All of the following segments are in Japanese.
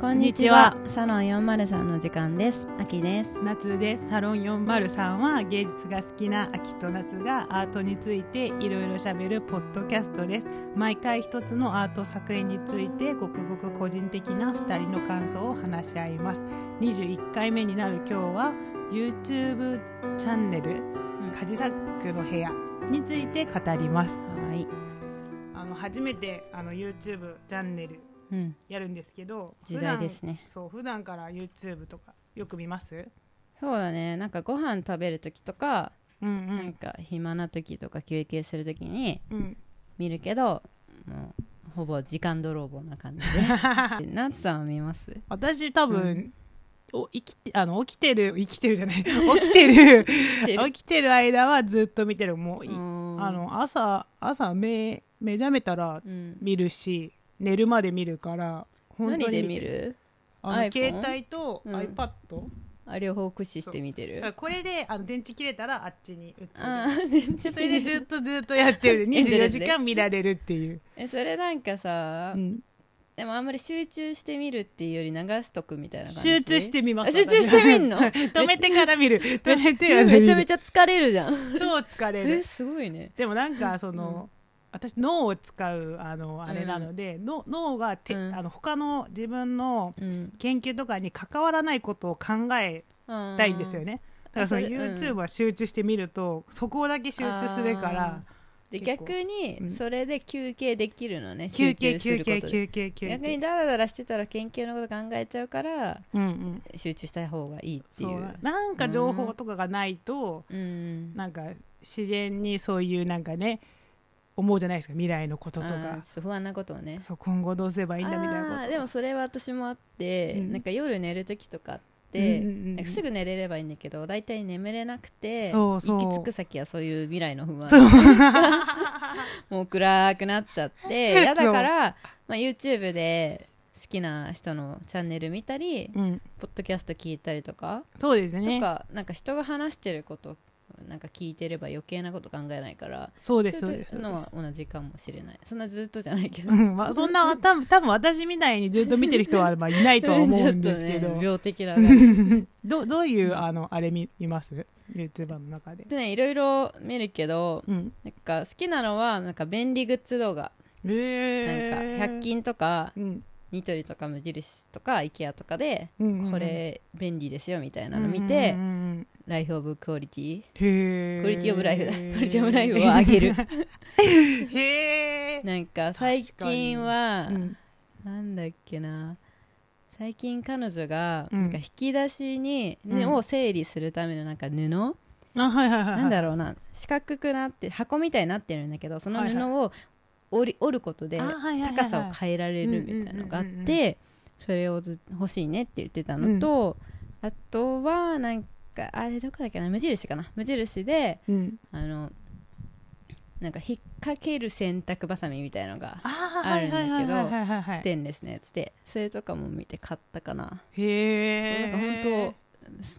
こんにちは。サロン403の時間です。秋です。夏ですサロン403は芸術が好きな秋と夏がアートについていろいろしゃべるポッドキャストです毎回一つのアート作品についてごくごく個人的な2人の感想を話し合います21回目になる今日は YouTube チャンネル「カジサックの部屋」について語りますはい。あの初めてあの YouTube チャンネルうん。やるんですけど時代ですね普段そう普段から YouTube とかよく見ますそうだね。なんかご飯食べるときとか、うんうなんんか暇なときとか休憩するときにうん見るけど、もうほぼ時間泥棒な感じ で。ナツさんは見ます私多分、うお生きてあの起きてる生きてるじゃない 起きてるてる起きてる間はずっと見てるもうい、ああ、の朝朝目目覚めたらうん。見るし寝るまで見るから本何当でに見るあの iPhone？携帯とうん iPad、あ両方駆使して見てだるから。これであの電池切れたらあっちに移るああ、全で然それでずっとずっとやっ てるエンド24レス時で間見られるっていう、え、それなんかさう、んでもあんまり集中して見るっていうより流しとくみたいな感じ集中してみますあ集中してみんの 止めてから見る止めてから見るめちゃめちゃ疲れるじゃ ん超疲れるえすごいねでもなんかその、私脳を使うあのあれなので、の脳がて、うんあの他の自分のうん研究とかに関わらないことを考えたいんですよね。だからそのあそれうん YouTube は集中して見ると、そこだけ集中するからで結構逆うにんそれで休憩できるのね休憩集中す休ること憩で休憩休逆に憩ダラダラしてたら研究のこと考えちゃうからうんうん集中した方がいいっていそううなんか情報とかがないと、うんなんか自然にそういうなんかね思うじゃないですか未来のこととあかーそう不安なことをねそう今後どうすればいいんだみたいなあこーとでもそれは私もあって、うんなんか夜寝る時とかって、うんうんうんうんなんかすぐ寝れればいいんだけど大体眠れなくてそうそう行き着く先はそういう未来の不安そう もう暗くなっちゃって嫌だから、まあ、YouTube で好きな人のチャンネル見たりうん、ポッドキャスト聞いたりとか,、そうですねとかなんか人が話してることなんか聞いてれば余計なこと考えないからそそううですそういですうのは同じかもしれないそんなずっとじゃないけどう。んまあ、そんな多分多分私みたいにずっと見てる人はまあいないとは思うんですけ ちょっど、とね病的だ ねどどういうあのあれ見見ます YouTuber の中で、でねいろいろ見るけどうん、なんか好きなのはなんか便利グッズ動画、えなんー、か100均とかうんニトリとか無印とか IKEA とかでうんうん、これ便利ですよみたいなの見て、うんうんうんライフ・オブ・クオリティへークオリティオブライフだクオリティオブライフを上げる へえ、なんか最近は、うんなんだっけな最近彼女がうんなんか引き出しに、ねうんを整理するためのなんか布、あはいはいはいはいなんだろうな四角くなって箱みたいになってるんだけどそのはいはい布を折り折ることであはいはいはいはい高さを変えられるみたいなのがあってそれをず欲しいねって言ってたのと、あとはなんかあれどこだっけな無印かな無印でうん、あのなんか引っ掛ける洗濯ばさみみたいのがああるんだけどだステンレスのやつでそれとかも見て買ったかな、へえそうなんか本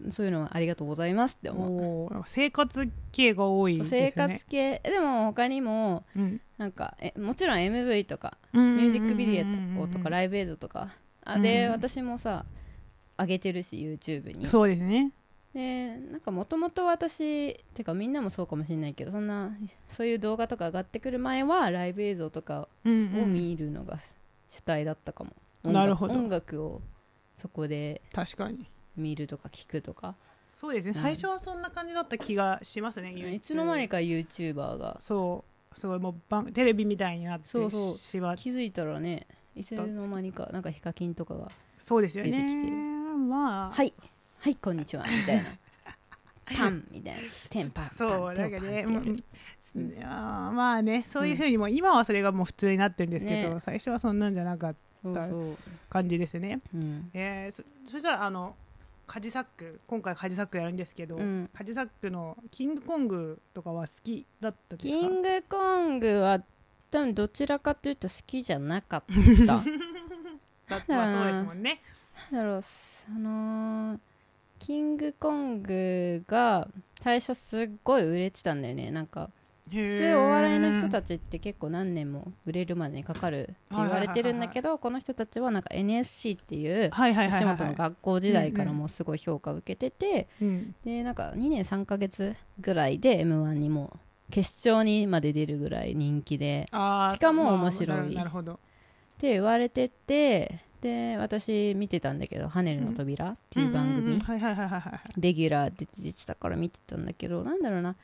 当そそういうのはありがとうございますって思うおー生活系が多いですね生活系えでも他にもうんなんかえもちろん MV とかミミュージックビデオとかライブ映像とかあで、うん私もさ上げてるし YouTube にそうですねでなんかもともと私てかみんなもそうかもしれないけどそんなそういう動画とか上がってくる前はライブ映像とかうんをうん見るのが主体だったかも、音楽なるほど音楽をそこで確かに見るとか聞くとかそうですね最初はそんな感じだった気がしますね、いつの間にか YouTuber がそうすごいもうばんテレビみたいになってそうそうしまっ気づいたらねいつの間にかなんかヒカキンとかがそうですよね出てきてるま「あ、はいはいこんにちは」みたい な「パン」みたいな「テンパン」そうパだンけどテねンうパンってやるんいやーまあねそういうふうにも、今はそれがもう普通になってるんですけど、ね最初はそんなんじゃなかったそうそう感じですねうんえー、そそしたらあのカジサック今回カジサックやるんですけど、うんカジサックのキングコングとかは好きだったですかキングコングは多分どちらかというと好きじゃなかった なんだったらそうですもんねだろうそのキングコングが最初すっごい売れてたんだよねなんか 普通お笑いの人たちって結構何年も売れるまでにかかるって言われてるんだけどこの人たちはなんか NSC っていうはいはいはい吉はい本の学校時代からもうすごい評価を受けててうんでなんか2年3ヶ月ぐらいで m 1にも決勝にまで出るぐらい人気であーしかも面白いなるなるほどって言われててで私見てたんだけど「ハネルの扉」っていう番んん組んはいはいはいはいはいレギュラーで出てたから見てたんだけどなんだろうな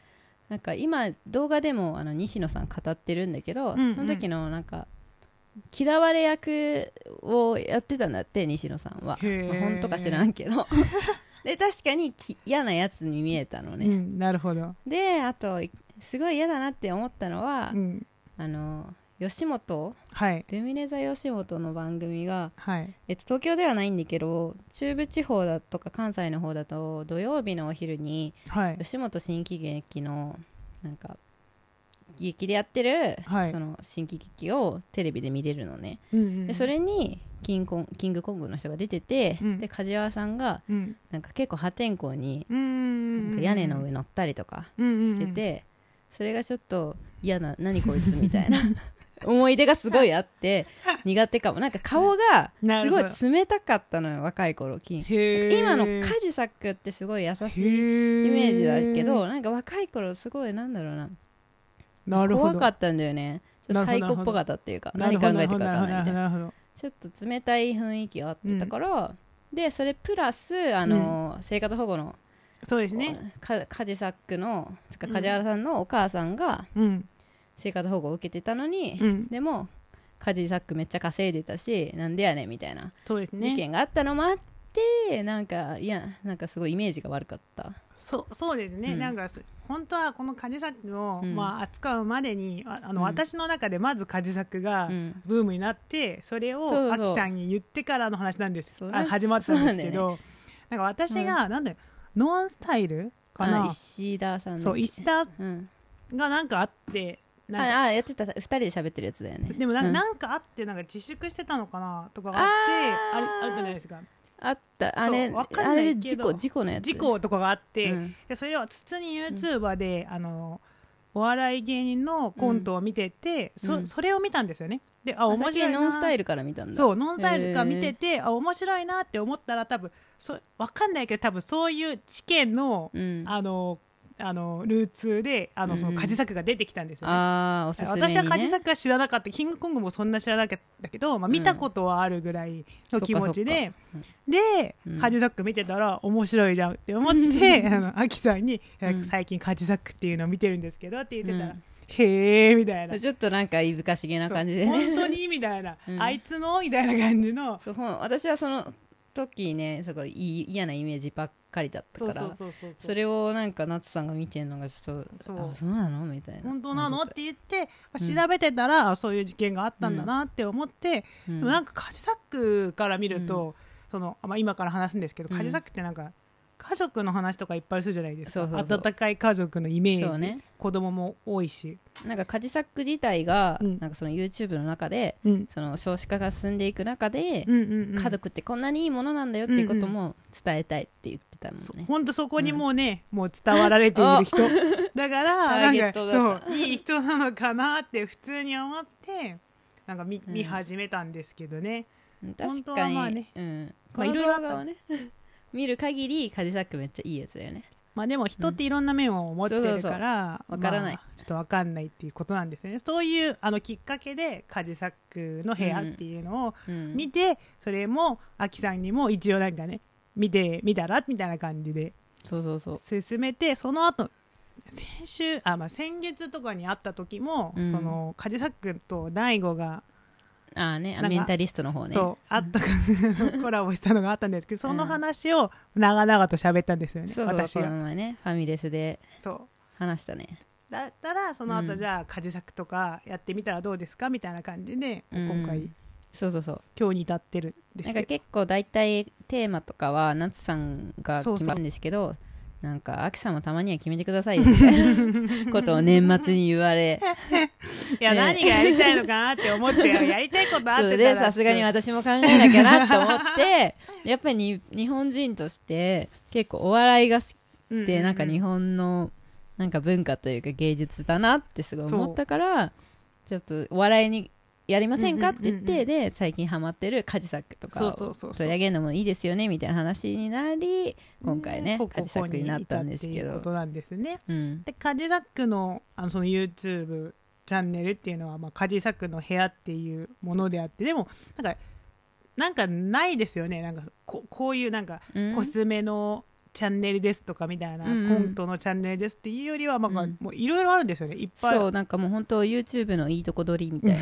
なんか今動画でもあの西野さん語ってるんだけど、うんうんその時のなんか嫌われ役をやってたんだって西野さんは、へーまあ本当か知らんけ どで確かにき嫌なやつに見えたのうね、んなるほどであとすごい嫌だなって思ったのは、うんあの吉本はいルミネ座吉本の番組がはいえっと、東京ではないんだけど中部地方だとか関西の方だと土曜日のお昼にはい吉本新喜劇のなんか劇でやってる、はいその新喜劇をテレビで見れるのね、うんうんでそれにキンコンキングコングの人が出てて、うんで梶原さんがうんなんか結構破天荒にうんうんなうんんか屋根の上乗ったりとかししてて、それがちょっと嫌な何こいつみたいな 思い出がすごいあって苦手かもなんか顔がなるほどすごい冷たかったのよ若い頃金へー今のカジサックってすごい優へしいーイメージだけどなんか若い頃すごいなんだろうななるほ怖どかったんだよねちょっとサイコっぽかったっていうかな何る考ほどえてるか分かんないみたいななるほどなるほどなるほどちょっと冷たい雰囲気があってたから、でそれプラスあの、生活保護のそうですねかカジサックのつか梶原さんのお母さんがうん生活保護を受けてたのに、うんでもカジサックめっちゃ稼いでたしなんでやねんみたいなそうですね事件があったのもあって、なんかいやなんかすごいイメージが悪かったそうそうですね、うんなんかそ本当はこのカジサックを、うんまあ、扱うまでにああうんの、私の中でまずカジサックがうんブームになってそれそうそうをアキさんに言ってからの話なんですそうあなん始まったんですけどなんか私が、なんだよノンスタイルかあな石田さんのそう石田がうん、なんかあってあなんかあやってた2人で喋ってるやつだよねでもなんうかんなんかあってなんか自粛してたのかなとかがあってあーあれあるじゃないですかあったあれそうわかんあないれでけ事ど故事故のやつ事故とかがあって、うんでそれは普通に YouTuber で、あのお笑い芸人のコントを見てて、うんそそれを見たんですよねでああ面白い先なノンスタイルから見たんだそうノンスタイルが見てて、あ面白いなって思ったら多分そわかんないけど多分そういう知見の、うん、ああのあのルーツであのそうんのカジサックが出てきたんですよね、あーおすすめに、ね、私はカジサックは知らなかったキングコングもそんな知らなかったけど、まあ、見たことはあるぐらいの気持ちで、そっかで、うんカジサック見てたら面白いじゃんって思って、あの アキさんに、えうん最近カジサックっていうのを見てるんですけど」って言ってたうら「んへえ」みたいな。ちょっとなんかいぶかしげな感じでそうね本当にみたいな、うんあいつのみたいな感じのそうほん私はその時ねすごいいい嫌なイメージばっかりだったからそうそうれをなんか夏さんが見てるのがちょっとそうあそうなのみたいな本当なのっ謎て言って、まあ調べてたら、あそういう事件があったんだなって思って、うんでもなんかカジサックから見ると、そのまあ、今から話すんですけど、うんカジサックってなんか家族の話とかいっぱいするじゃないですそかうそうそう温かい家族のイメーそうジ、ね子供も多いし、なんかカジサック自体が、うんなんかその YouTube の中でうんその少子化が進んでいく中で、うんうん家族ってこんなにいいものなんだよっていうことも伝えたいって言ってたもんそうね、本当そこにもうね、もう伝わられている人 だからターゲなんッかトそういい人なのかなって普通に思ってなんか見,、うん見始めたんですけどねうん本確当かはに、まあねうん、こまあのいろいろあ動った画をね 見る限りカジサックめっちゃいいやつだよねまあでも人っていろんな面を持ってるから、うんそうそうそうわからないまあちょっとわかんないっていうことなんですよねそういうあのきっかけでカジサックの部屋っていうのをうん見て、それもアキさんにも一応なんかね見てみたらみたいな感じでそうそうそう進めてその後先週あ、まあ、先月とかに会った時も、うんそのカジサックと大悟が、ああねあなんかメンタリストの方ねそうあったコラボしたのがあったんですけどその話を長々と喋ったんですよね、そうそう私このが。前ねファミレスでそう話したねだったらその後、うんじゃあ家事作とかやってみたらどうですかみたいな感じで、うん今回そうそうそう今日に至ってるんでなすんかけど結構大体テーマとかは夏さんがそうそう決まるんですけどなんか秋さんもたまには決めてくださいよみたいなことを年末に言われいや、ね何がやりたいのかなって 思ってやりたいことあっそてれたでらさすがに私も考えなきゃなと思って やっぱりに日本人として結構お笑いが好きっでなんか日本本のなんか文化というか芸術だなってすごい思ったからちょっとお笑いにやりませんかって言って、うんうんうんうんで最近ハマってる家事作とかそをうそうそうそう取り上げるのもいいですよねみたいな話になり今回ねこ家こ事作になったんですここにけいたっていうこどとなんですねうんでカジザックのあのその YouTube チャンネルっていうのは、まあ、カジザックの部屋っていうものであってでもなんかなんかないですよねなんかここういうなんかうんコスメのチャンネルですとかみたいな、うんうんコントのチャンネルですっていうよりは、まあうんもういろいろあるんですよねいっぱいそうなんかもう本当 YouTube のいいとこ取りみたい な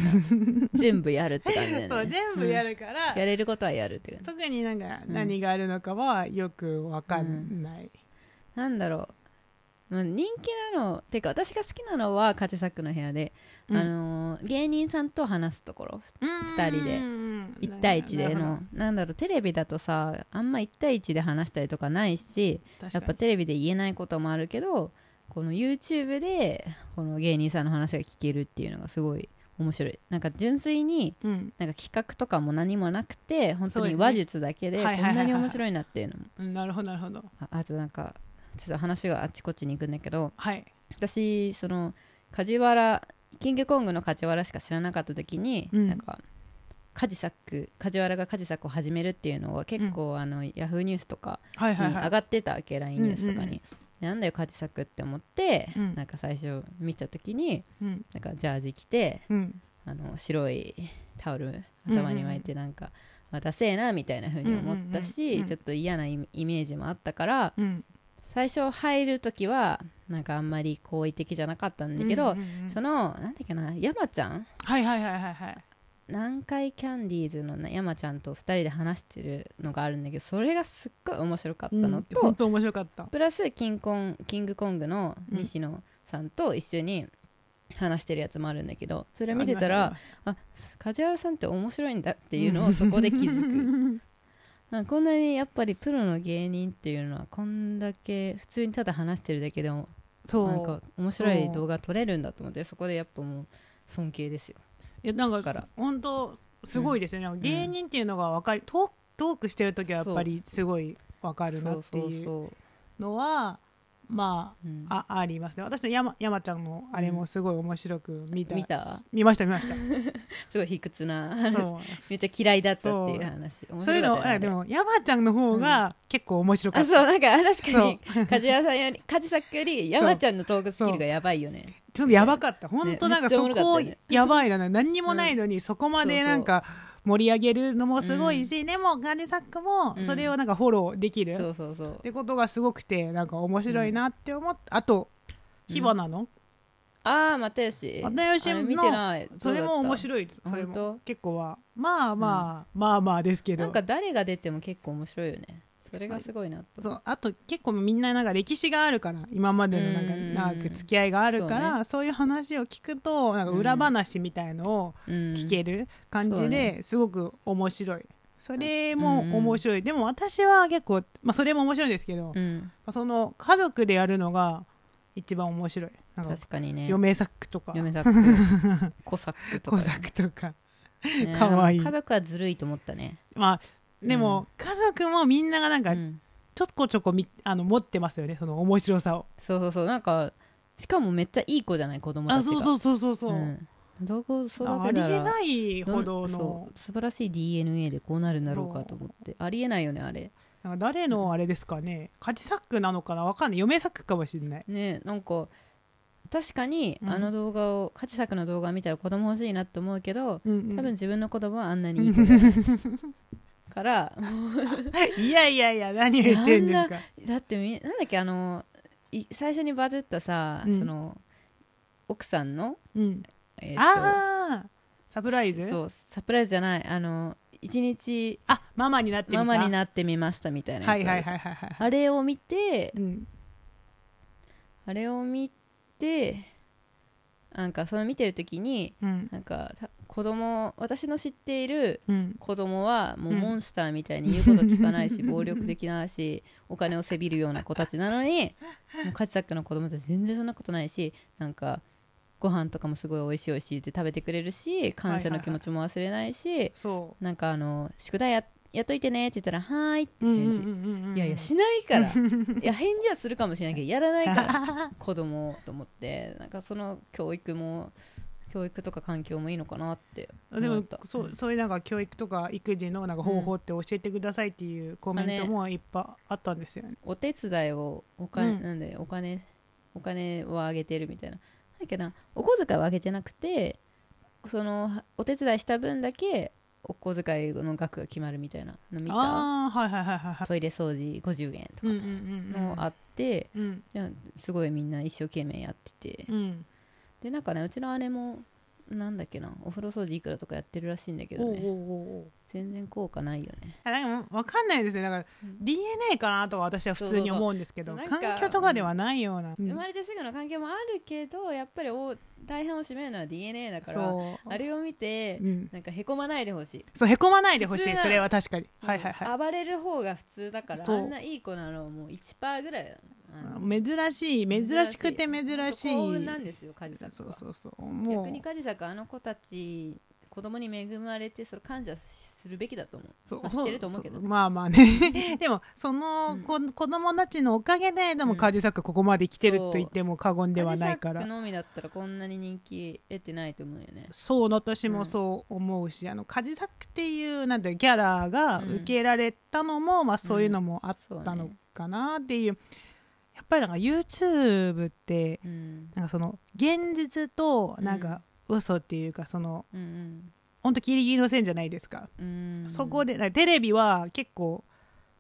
全部やるって感じだよねそう全部やる、るから、 やれることはやるって感じ特になんかうん何があるのかはよくわかんない、なんだろう、まあ、人気なのてか私が好きなのは家事作の部屋で、うんあのー芸人さんと話すところ二人でで1対1でのなんだろうテレビだとさあんま1対1で話したりとかないしやっぱテレビで言えないこともあるけどこの YouTube でこの芸人さんの話が聞けるっていうのがすごい面白いなんか純粋にうんなんか企画とかも何もなくて本そう当だによね話術だけではいこはいはいはいんなに面白いなっていうのもうんなるほどなるほどああとなんかちょっと話があっちこっちに行くんだけどはい私その梶原キングコングの梶原しか知らなかった時に、うんなんか梶作梶原が梶作を始めるっていうのは結構、あのヤフーニュースとかはいにはいは上いがってたわけ LINE ニュースとかうんうんうに。でなんだよ梶作って思って、うんなんか最初見た時にうんなんかジャージ着てうんあの白いタオル頭に巻いてなんか、まあダセえなみたいな風に思ったし、うんうんうんうんちょっと嫌なイメイメージもあったからうん最初入る時はなんかあんまり好意的じゃなかったんだけど、うんうんうんそのなんだっけな山ちゃんはいはいはいはいはい南海キャンディーズのな山ちゃんと2人で話してるのがあるんだけどそれがすっごい面白かったのと、本当面白かったプラスキンコンキングコングの西野さんと一緒に話してるやつもあるんだけどそれ見てたらあ梶原さんって面白いんだっていう のをそこで気づく。まあ、こんなにやっぱりプロの芸人っていうのはこんだけ普通にただ話してるだけでもそうなんか面白い動画撮れるんだと思ってそこでやっぱもう尊敬ですよいやなんかだから本当すごいですよね、なんか芸人っていうのが分かりトークトークしてる時はやっぱりすごい分かるなってそうそういうそうのはまうんああありますね私の山山ちゃんのあれもすごい面白く見た、見た見ました見 ましたすごい卑屈な話そう めっちゃ嫌いだったっていう話面そう白いうかのったよねあでも山ちゃんの方が結構面白かあった、そうなんか確かに梶原さんより梶作より山ちゃんのトークスキルがやばいよねちょっとやばかった本当なんめかっちゃそおもろかっこたよねやばいな何にもないのにそこまでなんか盛り上げるのもすごいし、でもガネサックもそれをなんかフォローできる、そっうそうそうてことがすごくてなんか面白いなって思って、あと火花の、ああ又吉又吉あのれ見てないそれも面い白いそれ本も当結構はまあまあ、まあまあですけどなんか誰が出ても結構面白いよねそれがすごいなとそうあと結構みんななんか歴史があるから今までのなんかうん長く付き合いがあるから、そうそういう話を聞くとなんか裏話みたいのを聞聞ける感そじうでねすごく面白い。それも面白い、でも私は結構、まあ、それも面白いんですけど、まうん、あその家族でやるのが一番面白いなんか確かにね嫁サックとか嫁サック子サック とか子サックとかね かわいい家族はずるいと思ったね、まあでも、家族もみんながなんうかんちょこちょこみあの持ってますよねその面白さをそうそうそうなんかしかもめっちゃいい子じゃない子供たちがううそうそうそんどこ育てたらありえないほどそのう素晴らしい DNA でこうなるんだろうかと思ってありえないよねあれなんか誰のあれですかね家事作なのかなわかんない嫁作かもしれないねなんか確かにうんあの動画を、カチサクの動画を見たら子供欲しいなって思うけどうんうん多分自分の子供はあんなにいい子じゃない から いやいやいや何を言ってんですかだってみなんだっけあのい最初にバズったさ、うんその奥さんの、うんえーとああサプライズそうサプライズじゃないあの一日あママになってみたママにっなってみましたみたいなやつあるはいはいはいはいはいじゃんあれを見てうんあれを見てなんかその見てる時にうんなんかた子供私の知っているうん子供はもううんモンスターみたいに言うこと聞か ないし、暴力的なしお金をせびるような子たちなのにもうカチサックの子供たち全然そんなことないしなんかご飯とかもすごい美味しい美味しいって食べてくれるし感謝の気持ちも忘れないし、そなんかあの宿題や雇いてねって言ったら「はーい」ってうんうん返事、うんうんいやいやしない からいや返事はするかもしれないけどやらないから子供をと思ってなんかその教育も教育とか環境もいいのかなってあで思っもたそうそういうなんか教育とか育児のなんか方法って教えてくださいっていうコメントもいっぱいあったんですよね。お手伝いをお金、うんなんでお金お金をあげてるみたいなだけどお小遣いはあげてなくてそのお手伝いした分だけお小遣いの額が決まるみたいなの見たああはいはいはいはいはい。トイレ掃除50円とうんうかんうんうんのあって、うんいやすごいみんな一生懸命やってて、うんでなんかねうちの姉もなんだっけなお風呂掃除いくらとかやってるらしいんだけどおうおうねおうおう全然効果ないよねあなんかもうわかんないですねだから DNA かなとは私は普通に思うんですけそどうそうそう環境とかではないような、うん生まれてすぐの関係もあるけどやっぱりお大半を占めるのは DNA だからそうあれを見て、うんなんかへこまないでほしい、そうへこまないでほし普通いなのそれは確かに、はいはいはい暴れる方が普通だからあそうんないい子なのもう1%ぐらいだあ珍しい珍しくて珍しい幸運なんですよカジサそクうはそうそうもう逆にカジサクはあの子たち子供に恵まれてそれ感謝するべきだと思うそうまあしてると思うけどそまあまあね でもその子,、子供たちのおかげででもうんカジサックここまで来てると言っても過言でカはジなサいかックらのみだったらこんなに人気得てないと思うよねそう私もそう思うし、あのカジサックっていうなんていうキャラがうん受け入れられたのも、まあ、そういうのもあったのかなっていう,、やっぱりなんか YouTube ってうんなんかその現実となんか嘘っていうかそのうん本当ギリギリの線じゃないですか。うんうんそこでだからテレビは結構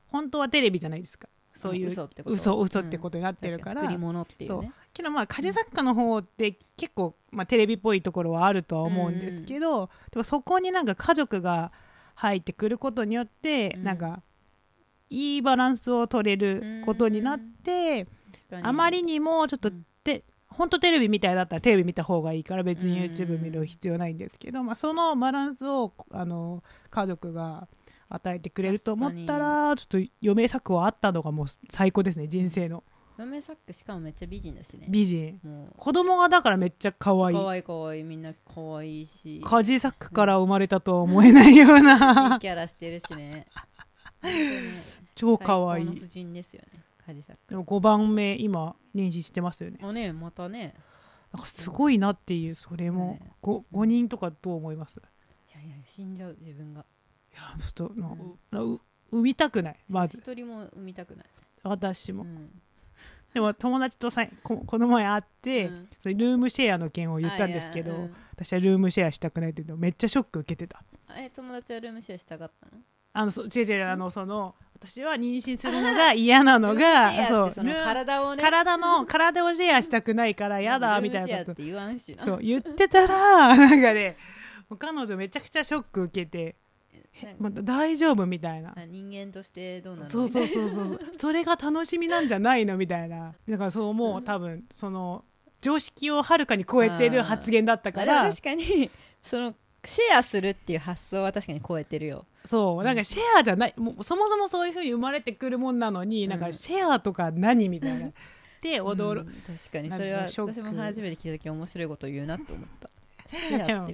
本当はテレビじゃないですかそういう嘘ってこと嘘嘘ってことになってるから、確に作り物っていうねけどまあ家事作家の方って結構、まあ、テレビっぽいところはあるとは思うんですけど、でもそこになんか家族が入ってくることによって、うんなんかいいバランスを取れることになって、確かにあまりにもちょっとうんて、本当テレビみたいだったらテレビ見た方がいいから別にうん YouTube 見る必要ないんですけど、まあ、そのバランスをあの家族が与えてくれると思ったらちょっと余命作はあったのがもう最高ですね人生の嫁サックしかもめっちゃ美人だしね美人もう子供がだからめっちゃ可愛い可愛い可愛いみんな可愛いしいいキ家事作から生まれたとは思えないようなャラしてるし ね超可愛最高のい婦人ですよねカジサックでも5番目今妊娠してますよねあねまたねなんかすごいなっていうそれもそうね 5, 5人とかどう思いますいやいや死んじゃう自分がいやちょっとなんかうう産みたくないまず一人も産みたくない私うもんでも友達とさいここの前会って、うんそれルームシェアの件を言ったんですけど、あいやうん私はルームシェアしたくないって言うのめっちゃショック受けてたあえ友達はルームシェアしたかったのあのそう違う違うあのその私は妊娠するのが嫌なのルームがシェアっそうて そのルー体をね体の体をシェアしたくないから嫌だルみームたシェアいっなこて言わんしなとそう言ってたらなんかねもう彼女めちゃくちゃショック受けてなんかまた大丈夫みたいなあ人間としてどうなのそうそうそ うそうそうそれが楽しみなんじゃないのみたいなだからそうもう多分その常識をはるかに超えてる発言だったまかあでもら確かにそのシェアするっていう発想は確かに超えてるよそうなんかシェアじゃないもうそもそもそういうふうに生まれてくるもんなのに、うんなんかシェアとか何みたいなで驚、うん確かにそれなんはかそのシ私ョックも初めて聞いた時面白いこと言うなと思 ったシェアっ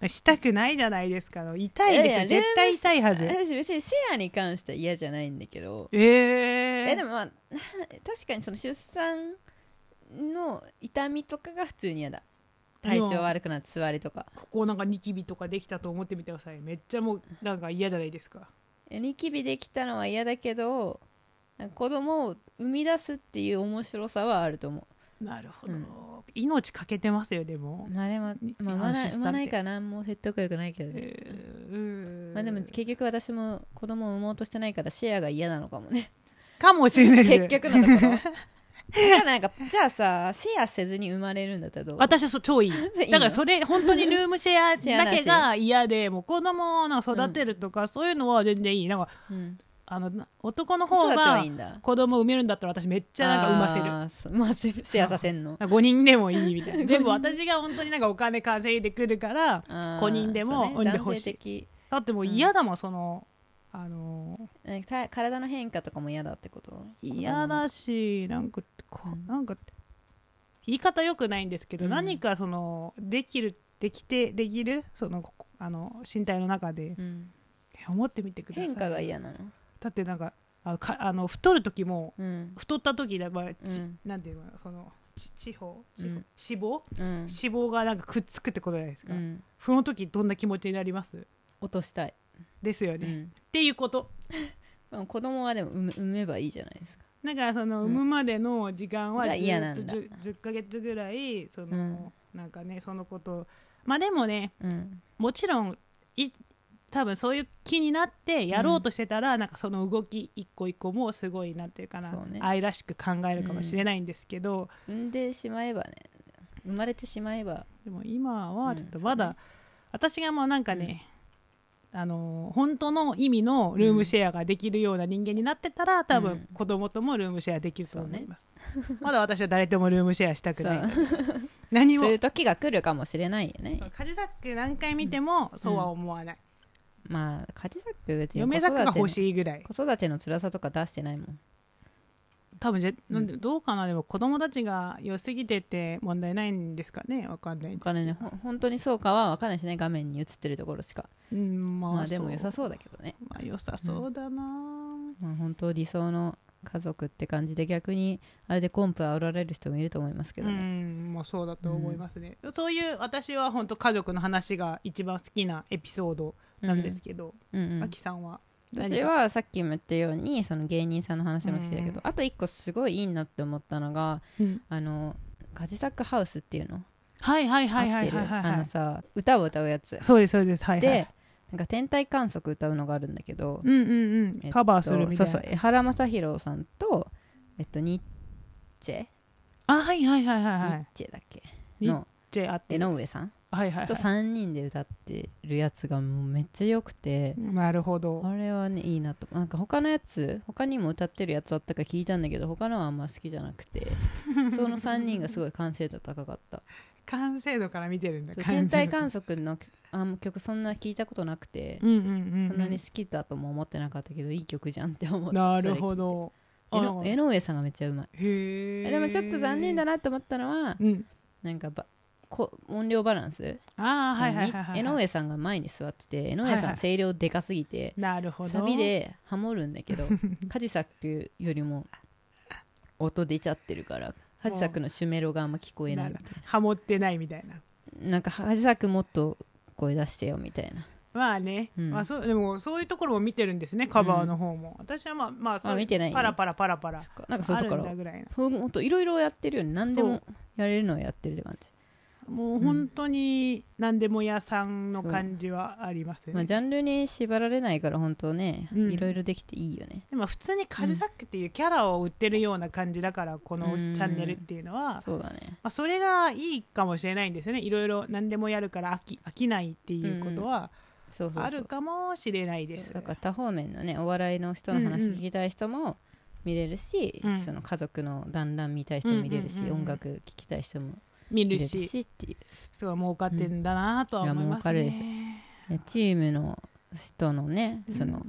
てしたくないじゃないですか痛いですいやいや絶対痛いはず私別にシェアに関しては嫌じゃないんだけどえー、えでもまあ 確かにその出産の痛みとかが普通に嫌だ体調悪くなって座りとかここなんかニキビとかできたと思ってみてくださいめっちゃもうなんか嫌じゃないですかえニキビできたのは嫌だけどなんか子供を生み出すっていう面白さはあると思うなるほど命かけてますよでも、まあでも、まあ、産まない産まないから何も説得力ないけどね、えーうーまあでも結局私も子供を産もうとしてないからシェアが嫌なのかも ねかもしれないです結局のところじゃあなんかじゃあさシェアせずに生まれるんだったらどう 私はそう超いいいいのだからそれ本当にルームシェ アシェアだなけしが嫌でもう子供をなんか育てるとか、そういうのは全然いいなんかうん、あのな男のそう方だったらがいいんだ子供を産めるんだったら私めっちゃなんか産ませるませる産ませるシェアさせんの5人でもいい みたいな全部私が本当になんかお金稼いでくるからあー五人でもそうね産んでほしい男性的だってもう嫌だもん、そのあのーなんかた体の変化とかも嫌だってこと嫌だしなんかこうんなんか言い方よくないんですけど、うん何かそのできるできてできるそのここあの身体の中でうんえ思ってみてください変化が嫌なのだってなんかあかあの太る時もうん太った時だまあちうんなんていうのそのち地方地う方ん脂肪うん脂肪がなんかくっつくってことじゃないですうか、んその時どんな気持ちになります落としたい、ですよね、うっんていうことまあ、子供はでも産め産めばいいじゃないですかだからそのうん産むまでの時間はがず嫌なっとんだ10 10ヶ月ぐらいその、なんかねそのことをまあでもねうんもちろんい多分そういう気になってやろうとしてたら、なんかその動き一個一個もすごいなんていうかなそうね愛らしく考えるかもしれないんですけど、産んでしまえばね生まれてしまえばでも今はちょっとまだ、うんそ私がもうなんかね、あのー本当の意味のルームシェアができるような人間になってたら多うん分子供ともルームシェアできると思います、 まだ私は誰ともルームシェアしたくそなうい何そもういう時が来るかもしれないよねカジサック何回見てもそうは思わない、まあ家事作別に嫁サックが欲いしいぐらい子育ての辛さとか出してないもん多分じゃなんでどうかなでも子供たちが良すぎてて問題ないんですかねわかんないお金ねほ本当にそうかは分かんないしね画面に映ってるところしかうんまあ、まあでもそう良さそうだけどねまあ良さそうだな、まあ本当理想の家族って感じで逆にあれでコンプ煽られる人もいると思いますけどうねんまあ、そうだと思いますね、そういう私は本当家族の話が一番好きなエピソードなんですけど、うんうんあきさんは私はさっきも言ったようにその芸人さんの話も好きだけうんどあと一個すごいいいなって思ったのがうんあのガジサックハウスっていうのはいはいはい合っはいてるはいはいあはのいさ歌を歌うやつそうですそうですはいはいでなんか天体観測歌うのがあるんだけどうんうんうえんっとカバーするみたいな、そうそう江原正宏さんとえっとニッチェあはいはいはいはいはニッいチェだっけニッのじゃあって江る上さんはいはい、とは3人で歌ってるやつがもうめっちゃ良くてい、なるほどあれはねいいなとなんか他のやつ他にも歌ってるやつだったか聞いたんだけど他のはあんま好きじゃなくてその3人がすごい完成度高か った完成度から見てるんだそう天体観完成測のあんま曲そんな聞いたことなくて度、うんうんうんうん、そんなに好きだとも思ってなかったけどいい曲じゃんって思って なるほどそれ聞いて江の江上さんがめっちゃうまいへえでもちょっと残念だななと思ったのはうんなんかばこ音量バランスああはいはいはい、そのはにい、江上さんが前に座ってて江上はいさはんい声量でかすぎて、なるほどサビでハモるんだ けどカジサックよりも音出ちゃってるからカジサックのシュメロがあんま聞こえないみたいハモってないみたいなななんかカジサックもっと声出してよみたいな、まあね、うんまあ、そうでもそういうところも見てるんですねカバーの方も、私はまあまあそうあ見てないパラパラパラパラなんかそうあだかるんらだぐらいなそう本当いろいろやってるよね何でそうもやれるのはやってるって感じ、もう本当に何でも屋さんの感じはありますね、まあ、ジャンルに縛られないから本当ねうんいろいろできていいよね、でも普通にカルサックっていうキャラを売ってるような感じだからこのうチんャンネルっていうのは、そうだねまあ、それがいいかもしれないんですよねいろいろ何でもやるから飽き飽きないっていうことはそうそうそうあるかもしれないです、だから多方面のねお笑いの人の話聞きたい人も見れるし、うんその家族の団らん見たい人も見れるし、うんうんうんうん音楽聴きたい人も見見るれるししっていうすごい儲かってんだなとは思いますうんいや儲かるね、いやチームの人のねうんその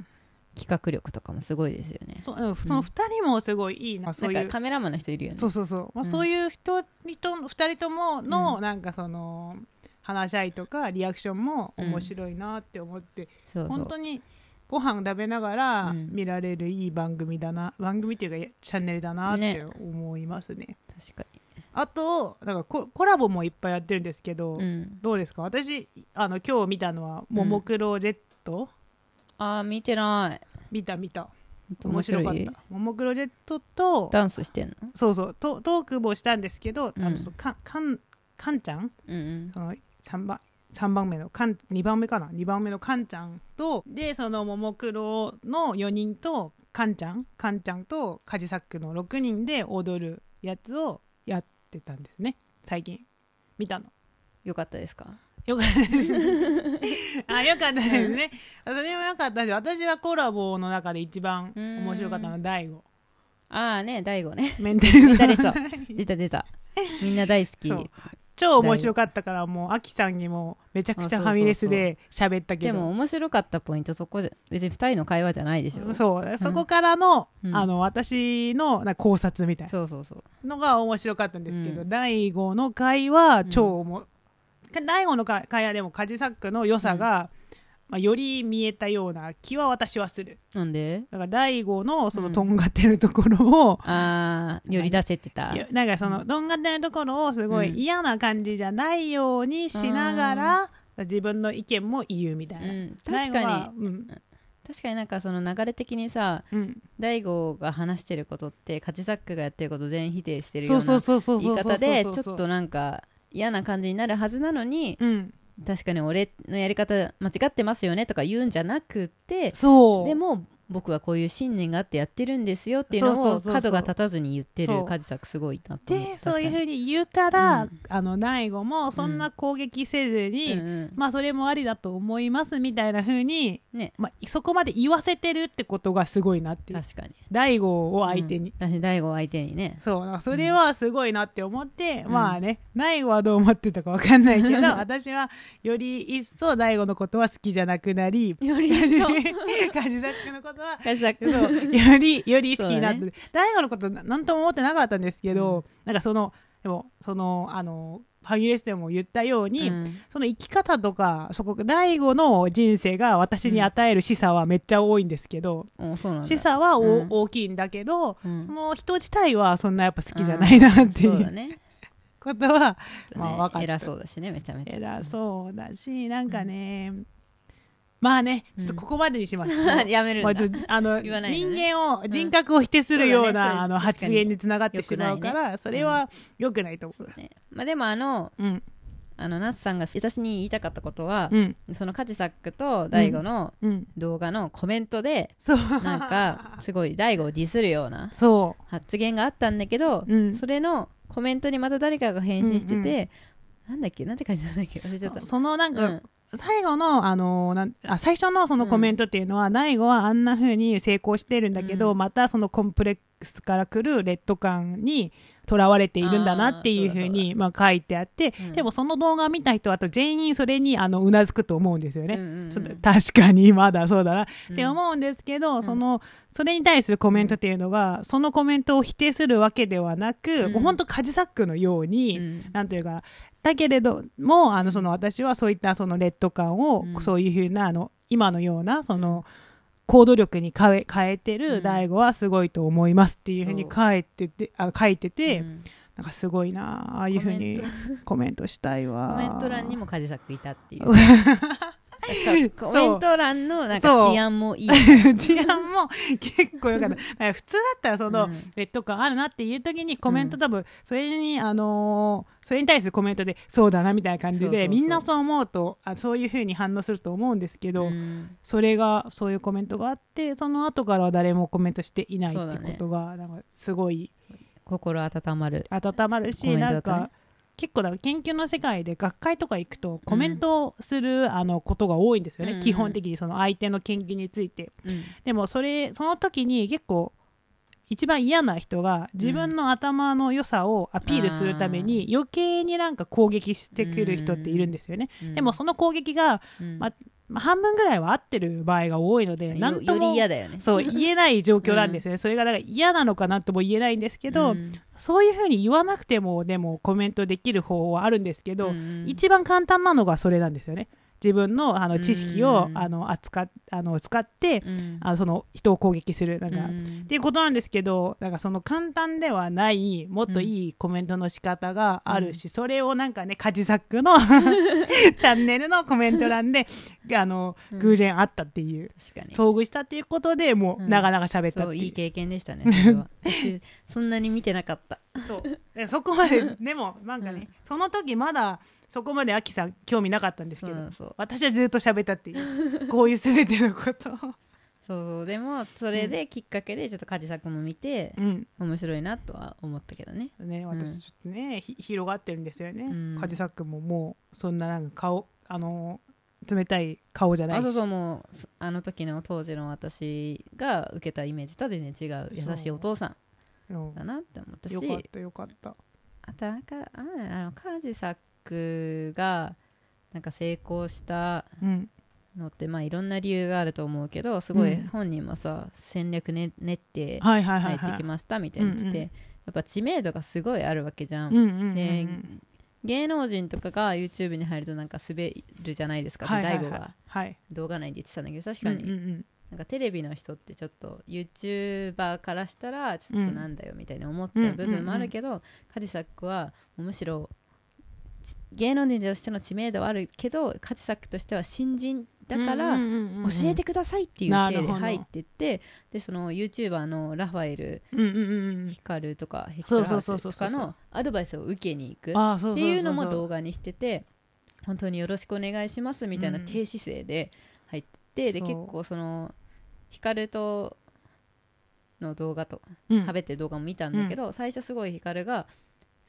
企画力とかもすごいですよね、そうんその二人もすごいいいな、そういなんうかカメラマンの人いるよねそうそうそう、まあ、うんそういう人にと二人ともの、うなんかその話し合いとかリアクションも面白いなって思って、そうそう本当にご飯食べながらうん見られるいい番組だな、番組っていうかいやチャンネルだなってね思いますね確かあとなんかココラボもいっぱいやってるんですけど、に、うん、どうですか私あの今日見たのは「ももクロジェット」ああ見てない見た見たほんと面白かった「ももクロジェット」とダンスしてんのそうそうトトークもしたんですけど、あうのんそのかんかんかんちゃんうんうんその3番三番目のかん2番目かな2番目のかんちゃんとでそのももクロの4人とかんちゃんかんちゃんとカジサックの6人で踊るやつをやってたんですね最近見たのよかったですかよかったです あよかったですねそれもよかったし私はコラボの中で一番面白かったのは大悟ああね大悟ねメンタ出ルた出た 出た出たみんな大好きそう超面白かったからもうアキさんにもめちゃくちゃファミレスで喋ったけでもど面白かったポイントそこじゃ別に2人の会話じゃないでしょそうそこからの,、うんあの私のなんか考察みたいそうそうそうなのが面白かったんですけど、う第5の回は超おも、第5の回はでもカジサックの良さが、まあ、より見えたような気は私はするなんでだから大悟のそのうんとんがってるところを、ああより出せてたいやなんかそのとんがってるところをすごいうん嫌な感じじゃないようにしながら、自分の意見も言うみたういな、ん、確大悟かはにうん確かになんかその流れ的にさうん、大悟が話してることってカジサックがやってること全員否定してるよそううそうなそうそう言そいう方でちょっそうそうとなんか嫌な感じになるはずなのにうん確かに俺のやり方間違ってますよねとか言うんじゃなくてそうでも僕はこういう信念があってやってるんですよっていうそうのそうをそうそう角が立たずに言ってそうるカジサックすごいなと思っでてそういうふううに言うから、うんあの大悟もそんな攻撃せずに、んうんまあそれもありだと思いますみたいな風に、ねまあ、そこまで言わせてるってことがすごいなっていう確かに大悟を相手に、うん私大悟を相手にねそうなんかそれはすごいなって思って、うんまあね大悟はどう思ってたかわかんないけど私はより一層大悟のことは好きじゃなくな りよりカジそうカジサックのことは カジサックそう よりより好きになっそて、うだ大悟のことななんとも思ってなかったんですけど、なんかそのでもそのあのファミレスでも言ったように、うんその生き方とかそこ大悟の人生が私に与える示唆はめっちゃ多いんですけど、おそうなんだ示唆はお、うん大きいんだけど、うんその人自体はそんなやっぱ好きじゃないなっていそううだね ことはちょっとまあねわかった偉そうだしねめちゃめちゃ偉そうだしなんかね、まあねちょっとここまでに します、やめるんだまあ、ちょあ の言わないのね人間をん人格を否定するようそうだねな、そうあの確か発に言につながってしまう良くなかいねら、それは良くないと思う。ねまあでもあのうんあのナツさんが私に言いたかったことはうんそのカジサックと大悟のうん動画のコメントでそうなん かすごい大悟をディスるようなそ発言があったんだけどう、うん、それのコメントにまた誰かが返信してうんうてなんだっけなんて書いてたんだっけ忘れちゃったそのなんか、うん最後の、あのなんあ最初のそのコメントっていうのは、大悟はあんな風に成功してるんだけど、うんまたそのコンプレックスから来る劣等感にとらわれているんだなっていう風にまあ書いてあって、うんでもその動画を見た人はあと全員それにあのうなずくと思うんですよね。うんうんうんそうだ確かにまだそうだな、うんって思うんですけど、んそのそれに対するコメントっていうのが、そのコメントを否定するわけではなく、うんもう本当カジサックのように、うんなんというかだけれどもあのその私はそういったその劣等感を、うんそういうふうなあの今のようなその行動力に変え変えてうるん大悟はすごいと思いますっていうふうにそう書いててあ書いてて、うんなんかすごいなああいうふうにコメコメントしたいわコメント欄にもカジサックいたっていう なんかそうコメント欄のなんそかう治安もいい治安も結構良かっただから普通だったらその、うん劣等感あるなっていう時にコメントう多分それに、あのーそれに対するコメントでそうだなみたいな感じでそうそうそうみんなそう思うとあそういうふうに反応すると思うんですけど、うんそれがそういうコメントがあってその後からは誰もコメントしていないそうっだてねことが、なんかすごい心温まる温まるし、コメントなんだとねか結構だから研究の世界で学会とか行くとコメントする、あのことが多いんですよね、うんうん基本的にその相手の研究について。うんでもそれその時に結構一番嫌な人が自分の頭の良さをアピールするために余計になんか攻撃してくる人っているんですよね、うんでもその攻撃が、うんままあ、半分ぐらいは合ってる場合が多いのでよなんよとりも嫌だよねそう言えない状況なんですよね、それがだから嫌なのかなとも言えないんですけうど、んそういうふうに言わなくてもでもコメントできる方法はあるんですけど、うん一番簡単なのがそれなんですよね自分のあの知識を、うんあの扱っあの使って、うんあのその人を攻撃するなんか、うっんていうことなんですけどなんかその簡単ではないもっといいコメントの仕方があるし、それをなんかねカジサック のチャンネルのコメント欄であのうん偶然会ったっていう、確かに遭遇したっていうことでもううん長々喋ったっそてういう,、いい経験でした ねそれは私そんなに見てなかったそうだからそこまで でもなんかね、うんその時まだそこまでアキさん興味なかったんですそけどうそう私はずっと喋ったっていうこういう全てのことを、 そうでもそれできっかけでちょっとカジサックも見てうん、面白いなとは思ったけどねね、ん私ちょっとね、ひ広がってるんですよね、うんカジサックももうそんななんか顔あの冷たい顔じゃないあしそうそうもうそあの時の当時の私が受けたイメージとは全然違うそう優しいお父さんうんだなって思ったよかっしたよかったあとなんかああのカジサックがなんか成功したうんのってまあいろんな理由があると思うけどすごいうん本人もさ、戦略ね練ってはいはいは入いってはいきましたみたいに言ってて、うんうんやっぱ知名度がすごいあるわけじゃん、うんうんうんうんで芸能人とかが YouTube に入るとなんか滑るじゃないですかって大悟がはい動画内で言ってたんだけど確うかんに、うんなんかテレビの人ってちょっと YouTuber からしたらちょっとなんだよみたいに思っちゃう部分もあるけど、カジサックはむしろち芸能人としての知名度はあるけどカジサックとしては新人うんだから、うんうんうんうん教えてくださいっていうな手るでほど入ってってでその YouTuber のラファエルうんうんうんヒカルとかヒカそうルそハうウそうスそうとそうかのアドバイスを受けに行くっああそそそそていうのも動画にしてて本当によろしくお願いしますみたいなうん低姿勢で入ってでそう結構そのヒカルとの動画とうん食べてる動画も見たんだけど最初すごいヒカルが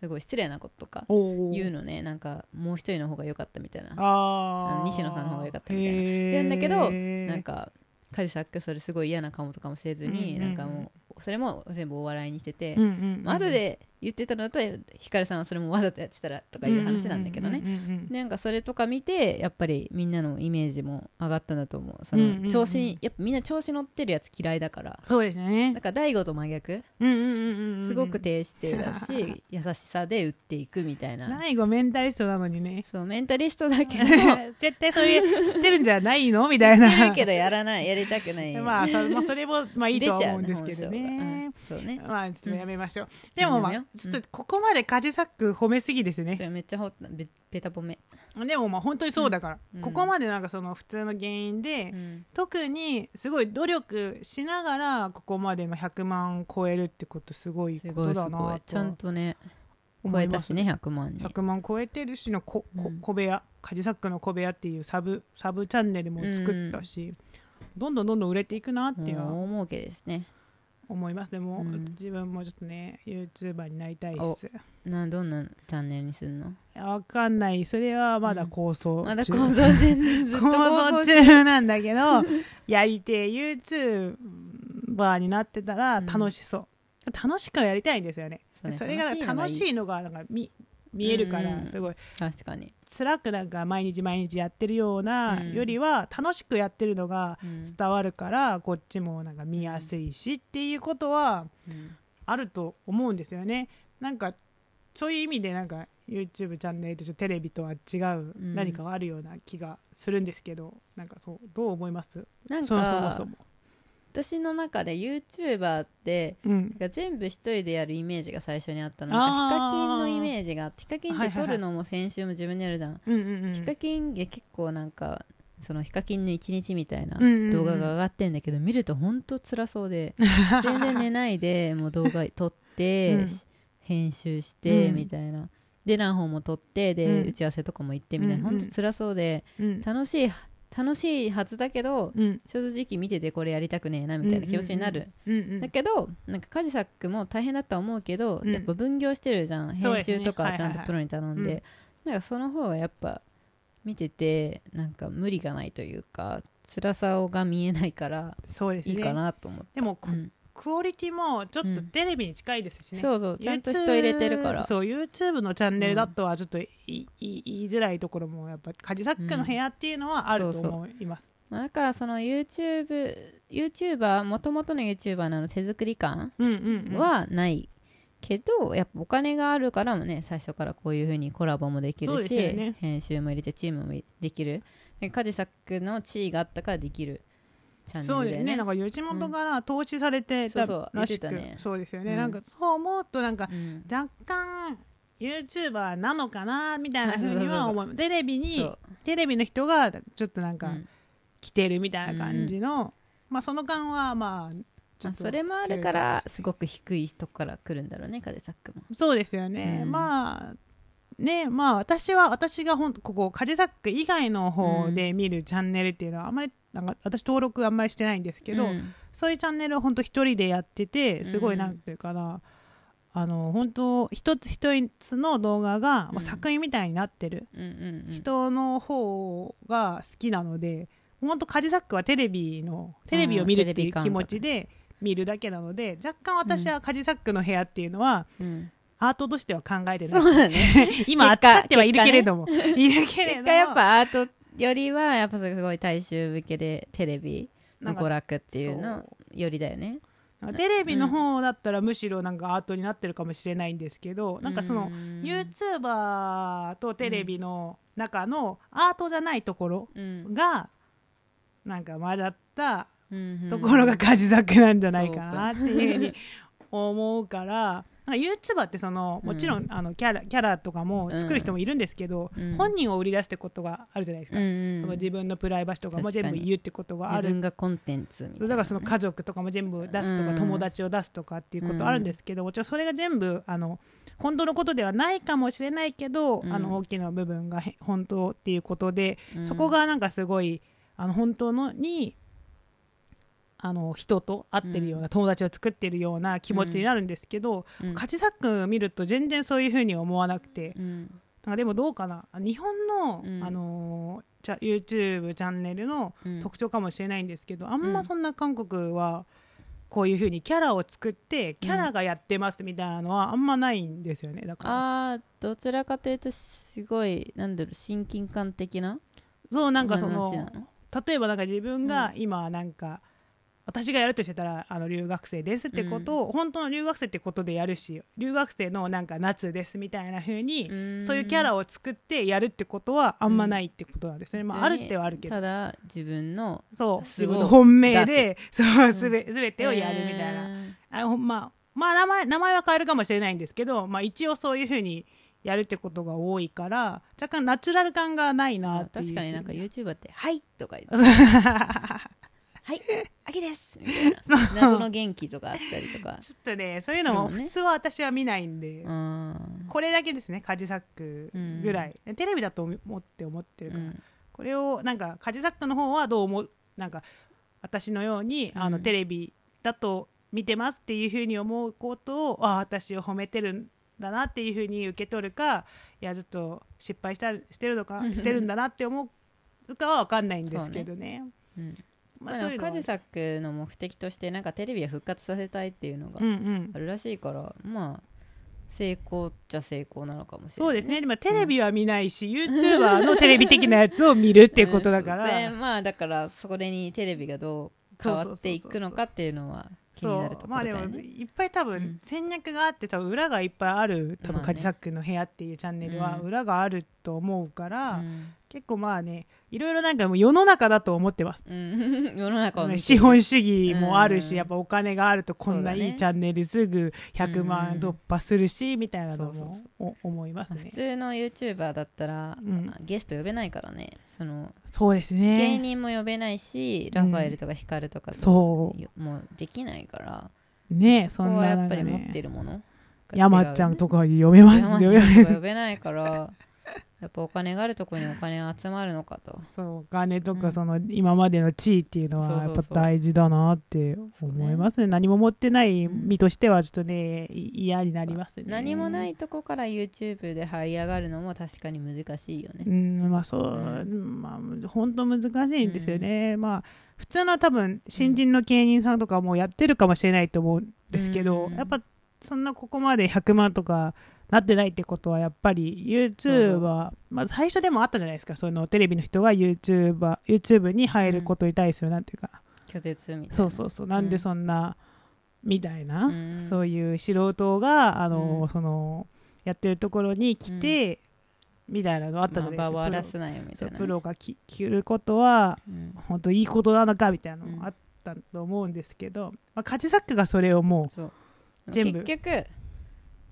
すごい失礼なこととかお言うののねなんかもう一人の方が良かったみたいなあああの西野さんの方が良かったみたいな言言うんだけどなんかかカジサックそれすごい嫌な顔とかもせずに、うんうんうなんんかもうそれも全部お笑いにしてて、うんうんうんまあ後で言ってたのだとヒカルさんはそれもわざとやってたらとかいう話なんだけどね、うんうんうんうんうんなんかそれとか見てやっぱりみんなのイメージも上がったんだと思うそうんうんうんの調子に、やっぱみんな調子乗ってるやつ嫌いだからそうですねだから大悟と真逆うんうんうんうんうんすごく低姿勢だし、 優しさで打っていくみたいな大悟メンタリストなのにねそうメンタリストだけど絶対そういう知ってるんじゃないのみたいなやるけどやらないやりたくない、 まあそまあそれもまあいいとは思うんですけ出どちゃうね本性がうんそうねまあちょっとやめましょう、でもやまめよあうちょっとここまでカジサック褒めすぎですそね、れめっちゃほべべた褒め、でもまあ本当にそうだから、うんここまでなんかその普通の原因で、うん特にすごい努力しながらここまでまあ100万超えるってことすごいすこごといすだごないちゃんととね超思えいたますしね100万に100万超えてるしのここうん小部屋カジサックの小部屋っていうサブサブチャンネルも作ったし、どんどんどんどん売れていくなっていうのはもう大儲けですね思いますでも、うん自分もちょっとね YouTuber になりたいですなんどんなチャンネルにすんのわかんないそれはまだ構想中、まだ構想中ずっと構構想想中中なん だけどやりてえ YouTuber になってたら楽しそう、楽しくやりたいんですよねそうねそれがのが楽しいのがなんか見見えるかうらんすごい確かに、辛くなんか毎日毎日やってるようなうんよりは楽しくやってるのがうん伝わるからこっちもなんか見やすいしっていうことはうんあると思うんですよねなんかそういう意味でなんか YouTube チャンネルってちょっとテレビとは違ううん何かがあるような気がするんですけど、なんかそうどう思いますなんかそもそもそも、私の中で YouTuber ってうん、が全部一人でやるイメージが最初にあったのあーヒカキンのイメージがヒカキンっはいてはいはい撮るのも先週も自分でやるじゃん、うんうんうんヒカキンが結構なんかそのヒカキンの一日みたいなうんうんうん動画が上がってんだけど、見ると本当辛そう で全然寝ないでもう動画撮って、うんし編集してうんみたいな、で何本も撮ってで、うん打ち合わせとかも行ってみたいな、うんうん本当辛そうでうん楽しい楽しいはずだけどうん正直見ててこれやりたくねえなみたいな気持ちになる、うんうんだけどなんかカジサックも大変だとは思うけど、うんやっぱ分業してるじゃんそう編ですね集とはいかはいちはゃいんとプロに頼んで、うんなんかその方がやっぱ見ててなんか無理がないというか辛さが見えないからそうですいねいかなと思って、でもこ、うんクオリティもちょっとテレビに近いですしね、そうそうちゃんと人入れてるから YouTube そう YouTube のチャンネルだとはちょっといいい言いづらいところもやっぱカジサックの部屋っていうのはあるとうんそうそ思います、まあ、だからその YouTube YouTuber もともとの YouTuber のあの手作り感うんうんうんはないけど、やっぱお金があるからもね最初からこういうふうにコラボもできそうるでし、すよね編集も入れてチームもできるでカジサックの地位があったからできるチャンネそうルだですよねねなんか吉本から投資されてそたうそうらしく、言ってたねそうですよね、うんなんかそう思うとなんかうん若干 YouTuber なのかなみたいなふうには思うテレビそにうテレビの人がちょっとなんかうん来てるみたいな感じの、まあその感はまあちまあょっとそれもあるか強いもしれならいすごく低いとこから来るんだろうねカジサックもそうですよね、うんまあねまあ私は私がほんここカジサック以外の方で見るチャンネルっていうのはあんまりなんか私登録あんまりしてないんですけど、うんそういうチャンネルは本当一人でやっててすごいうんなんていうかな、あの本当一つ一つの動画が、まあうん作品みたいになってる、うんうんうん人の方が好きなので本当カジサックはテレビのテレビを見るっていう気持ちで見るだけなので若干私はカジサックの部屋っていうのは、うんアートとしては考えてそないうだね今結果扱ってはいるけれども、いるけれ結ども果やっぱアートよりはやっぱすごい大衆向けでテレビのなんか娯楽っていうそのよりだよねなんかテレビの方だったらむしろなんかアートになってるかもしれないんですけど、なんかその YouTuber とテレビの中のアートじゃないところうんがなんか混ざったうんうんところが家事作なんじゃないかなっていうふうに 思うから。なんか YouTuber ってそのもちろん、あのキャラキャラとかも作る人もいるんですけど、うん本人を売り出してことがあるじゃないですか、うんうんその自分のプライバシーとかも確か全に部言うってことがあ自る分がコンテンツみたいな、だからその家族とかも全部出すとか、うん友達を出すとかっていうことあるんですけど、もちろんそれが全部あの本当のことではないかもしれないけど、うんあの大きな部分がへ本当っていうことで、うんそこがなんかすごいあの本当のにあの人と会ってるような、友達を作ってるような気持ちになるんですけど、うん価値作見ると全然そういうふうに思わなくて、うんなんかでもどうかな日本の、うんあのじゃ YouTube チャンネルのうん特徴かもしれないんですけど、あんうまんそんな韓国はこういうふうにキャラを作ってキャラがやってますみたいなのはあんまないんですよねだからあーどちらかというとすごいなんだろう親近感的なそうなんかそ話なのの例えばなんか自分が今なんか、私がやるとしてたらあの留学生ですってことを、本当の留学生ってことでやるし留学生のなんか夏ですみたいな風に、うんそういうキャラを作ってやるってことはあんまないってことなんですね、まあ、あるってはあるけどただ自分のそうす自ごい分の本命でそうすべすべてをやるみたいな、なあほんままあ名前名前は変えるかもしれないんですけど、まあ、一応そういうふうにやるってことが多いから若干ナチュラル感がないなっていう確かになんか YouTuber って「はい」とか言 って「はいあきです」みたいな 謎の元気とかあったりとかちょっとね そういうのもそうね普通は私は見ないんで、うんこれだけですねカジサックぐらい、テレビだと思って思ってるうから、んこれをなんかカジサックの方はどう思うなんか私のように、あうのんテレビだと見てますっていうふうに思うことをあ私を褒めてるんだなっていうふうに受け取るかいやずっと失敗したしてるのかしてるんだなって思うかは分かんないんですけどね。うんままああそうでいうものはカジサックの目的としてなんかテレビを復活させたいっていうのがうんうんあるらしいからまあ成功っちゃ成功なのかもしれそなういですね、でもテレビは見ないし、YouTuber のテレビ的なやつを見るっていうことだかでら、まあだからそれにテレビがどう変わっていくのかっていうのは気になるそとうこまろだあでよもねいっぱい多分戦略があって多分裏がいっぱいある多まあ分ねカジサックの部屋っていうチャンネルはうん裏があると思うから、うん結構まあねいろいろなんかもう世の中だと思ってます。うん世の中を見て資本主義もあるし、うんやっぱお金があるとこんなそうだいいねチャンネルすぐ100万うん突破するし、みたいなのそうもそうお思いますまあ普ね。通の YouTuber だったら、うんゲスト呼べないからねそのそうです芸ね。人も呼べないし、うんラファエルとかヒカルとかそもうできないからうねこそこんはなやなっんぱかり持っねてるものが違うよね山ちゃんとか読めます山よちゃんとか呼べない からやっぱお金があるところにお金が集まるのかとそうお金とうかんその今までの地位っていうのそうそうはやそうっぱ大事だなって思いますね何も持ってない身としてはちょっとねい嫌になりますね何もないとこから YouTube で這い上がるのも確かに難しいよねうんまあそう、うまあ本当難しいんですよね、まあ普通の多分新人の芸人さんとかもやってるかもしれないと思うんですけど、うんやっぱそんなここまで100万とかなってないってことはやっぱり YouTube はまあ、最初でもあったじゃないですかそのテレビの人が YouTuber YouTube に入ることに対するなんていうか、拒絶みたいなそうそうそうなんうでんそんな、みたいな、うんそういう素人があの、うんそのやってるところに来て、みたいなのあったじゃないですまか、あ、場はプロ出すなよみそたういなね、プロがき着ることはうん本当いいことなのかみたいなのうんもあったと思うんですけど、まあ、カジサックがそれをもそう全部結局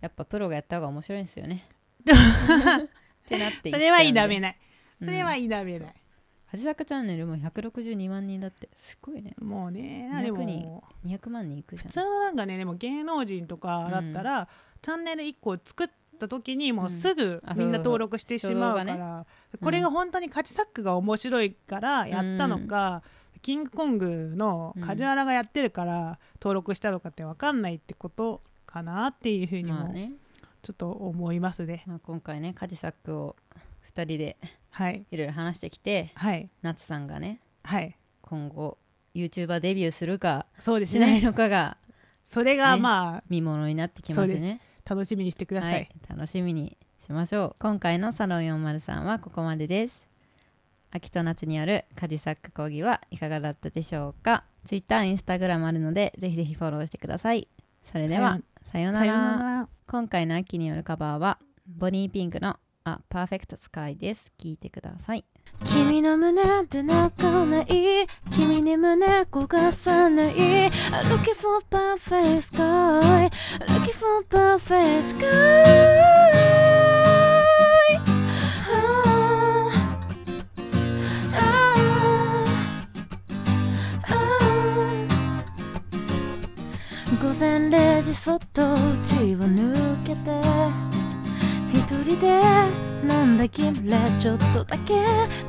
やっぱプロがやった方が面白いんですよねってなってういっそちゃうれは否めねない、うんそれは否めない、はじさくチャンネルも162万人だってすごいねもうね200でも人200万人いくじ普通ゃんのなんかねでも芸能人とかだったら、チャンネル1個作った時にもうすぐうんあみんな登録してしまうかそうそう初動ら、これが本当にカチサックが面白いからやったのか、キングコングの梶原がやってるから登録したのかって分かんないってことかなっていうふうにまあもね、ちょっと思いますね。まあ、今回ねカジサックを2人ではいいろいろ話してきてはい夏さんがねはい今後 YouTuber デビューするかそうですしないね。のか がそれがねまあ見ものになってきますそうでね楽しみにしてくださ。はいい楽しみにしましょう今回のサロン403はここまでです秋と夏にある家事サック講義はいかがだったでしょうか Twitter、Instagram あるのでぜひぜひフォローしてくださいそれではさようなさようらなら今回の秋によるカバーはボニーピンクの「A Perfect Sky」です聞いてください君の胸って泣かない君に胸焦がさない Looking for perfect sky Looking for perfect sky ああああ午前0時そっと家を抜けて一人で飲んだきれちょっとだけ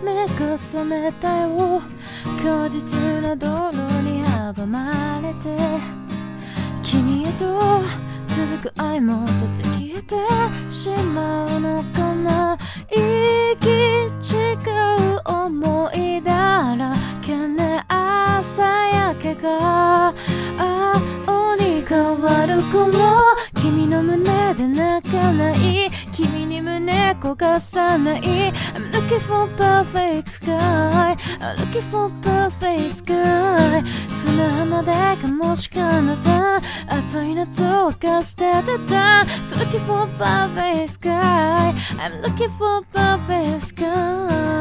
目が覚めたよ果実の道路に阻まれて君へと続く愛も断ち切ってしまうのかな行き違う思いだらけね朝焼けが青に変わる頃君の胸で泣かない君に胸焦がさない I'm looking for perfect sky I'm looking for perfect sky 砂浜でかもしかのた暑い夏を貸しててた I'm looking for perfect sky I'm looking for perfect sky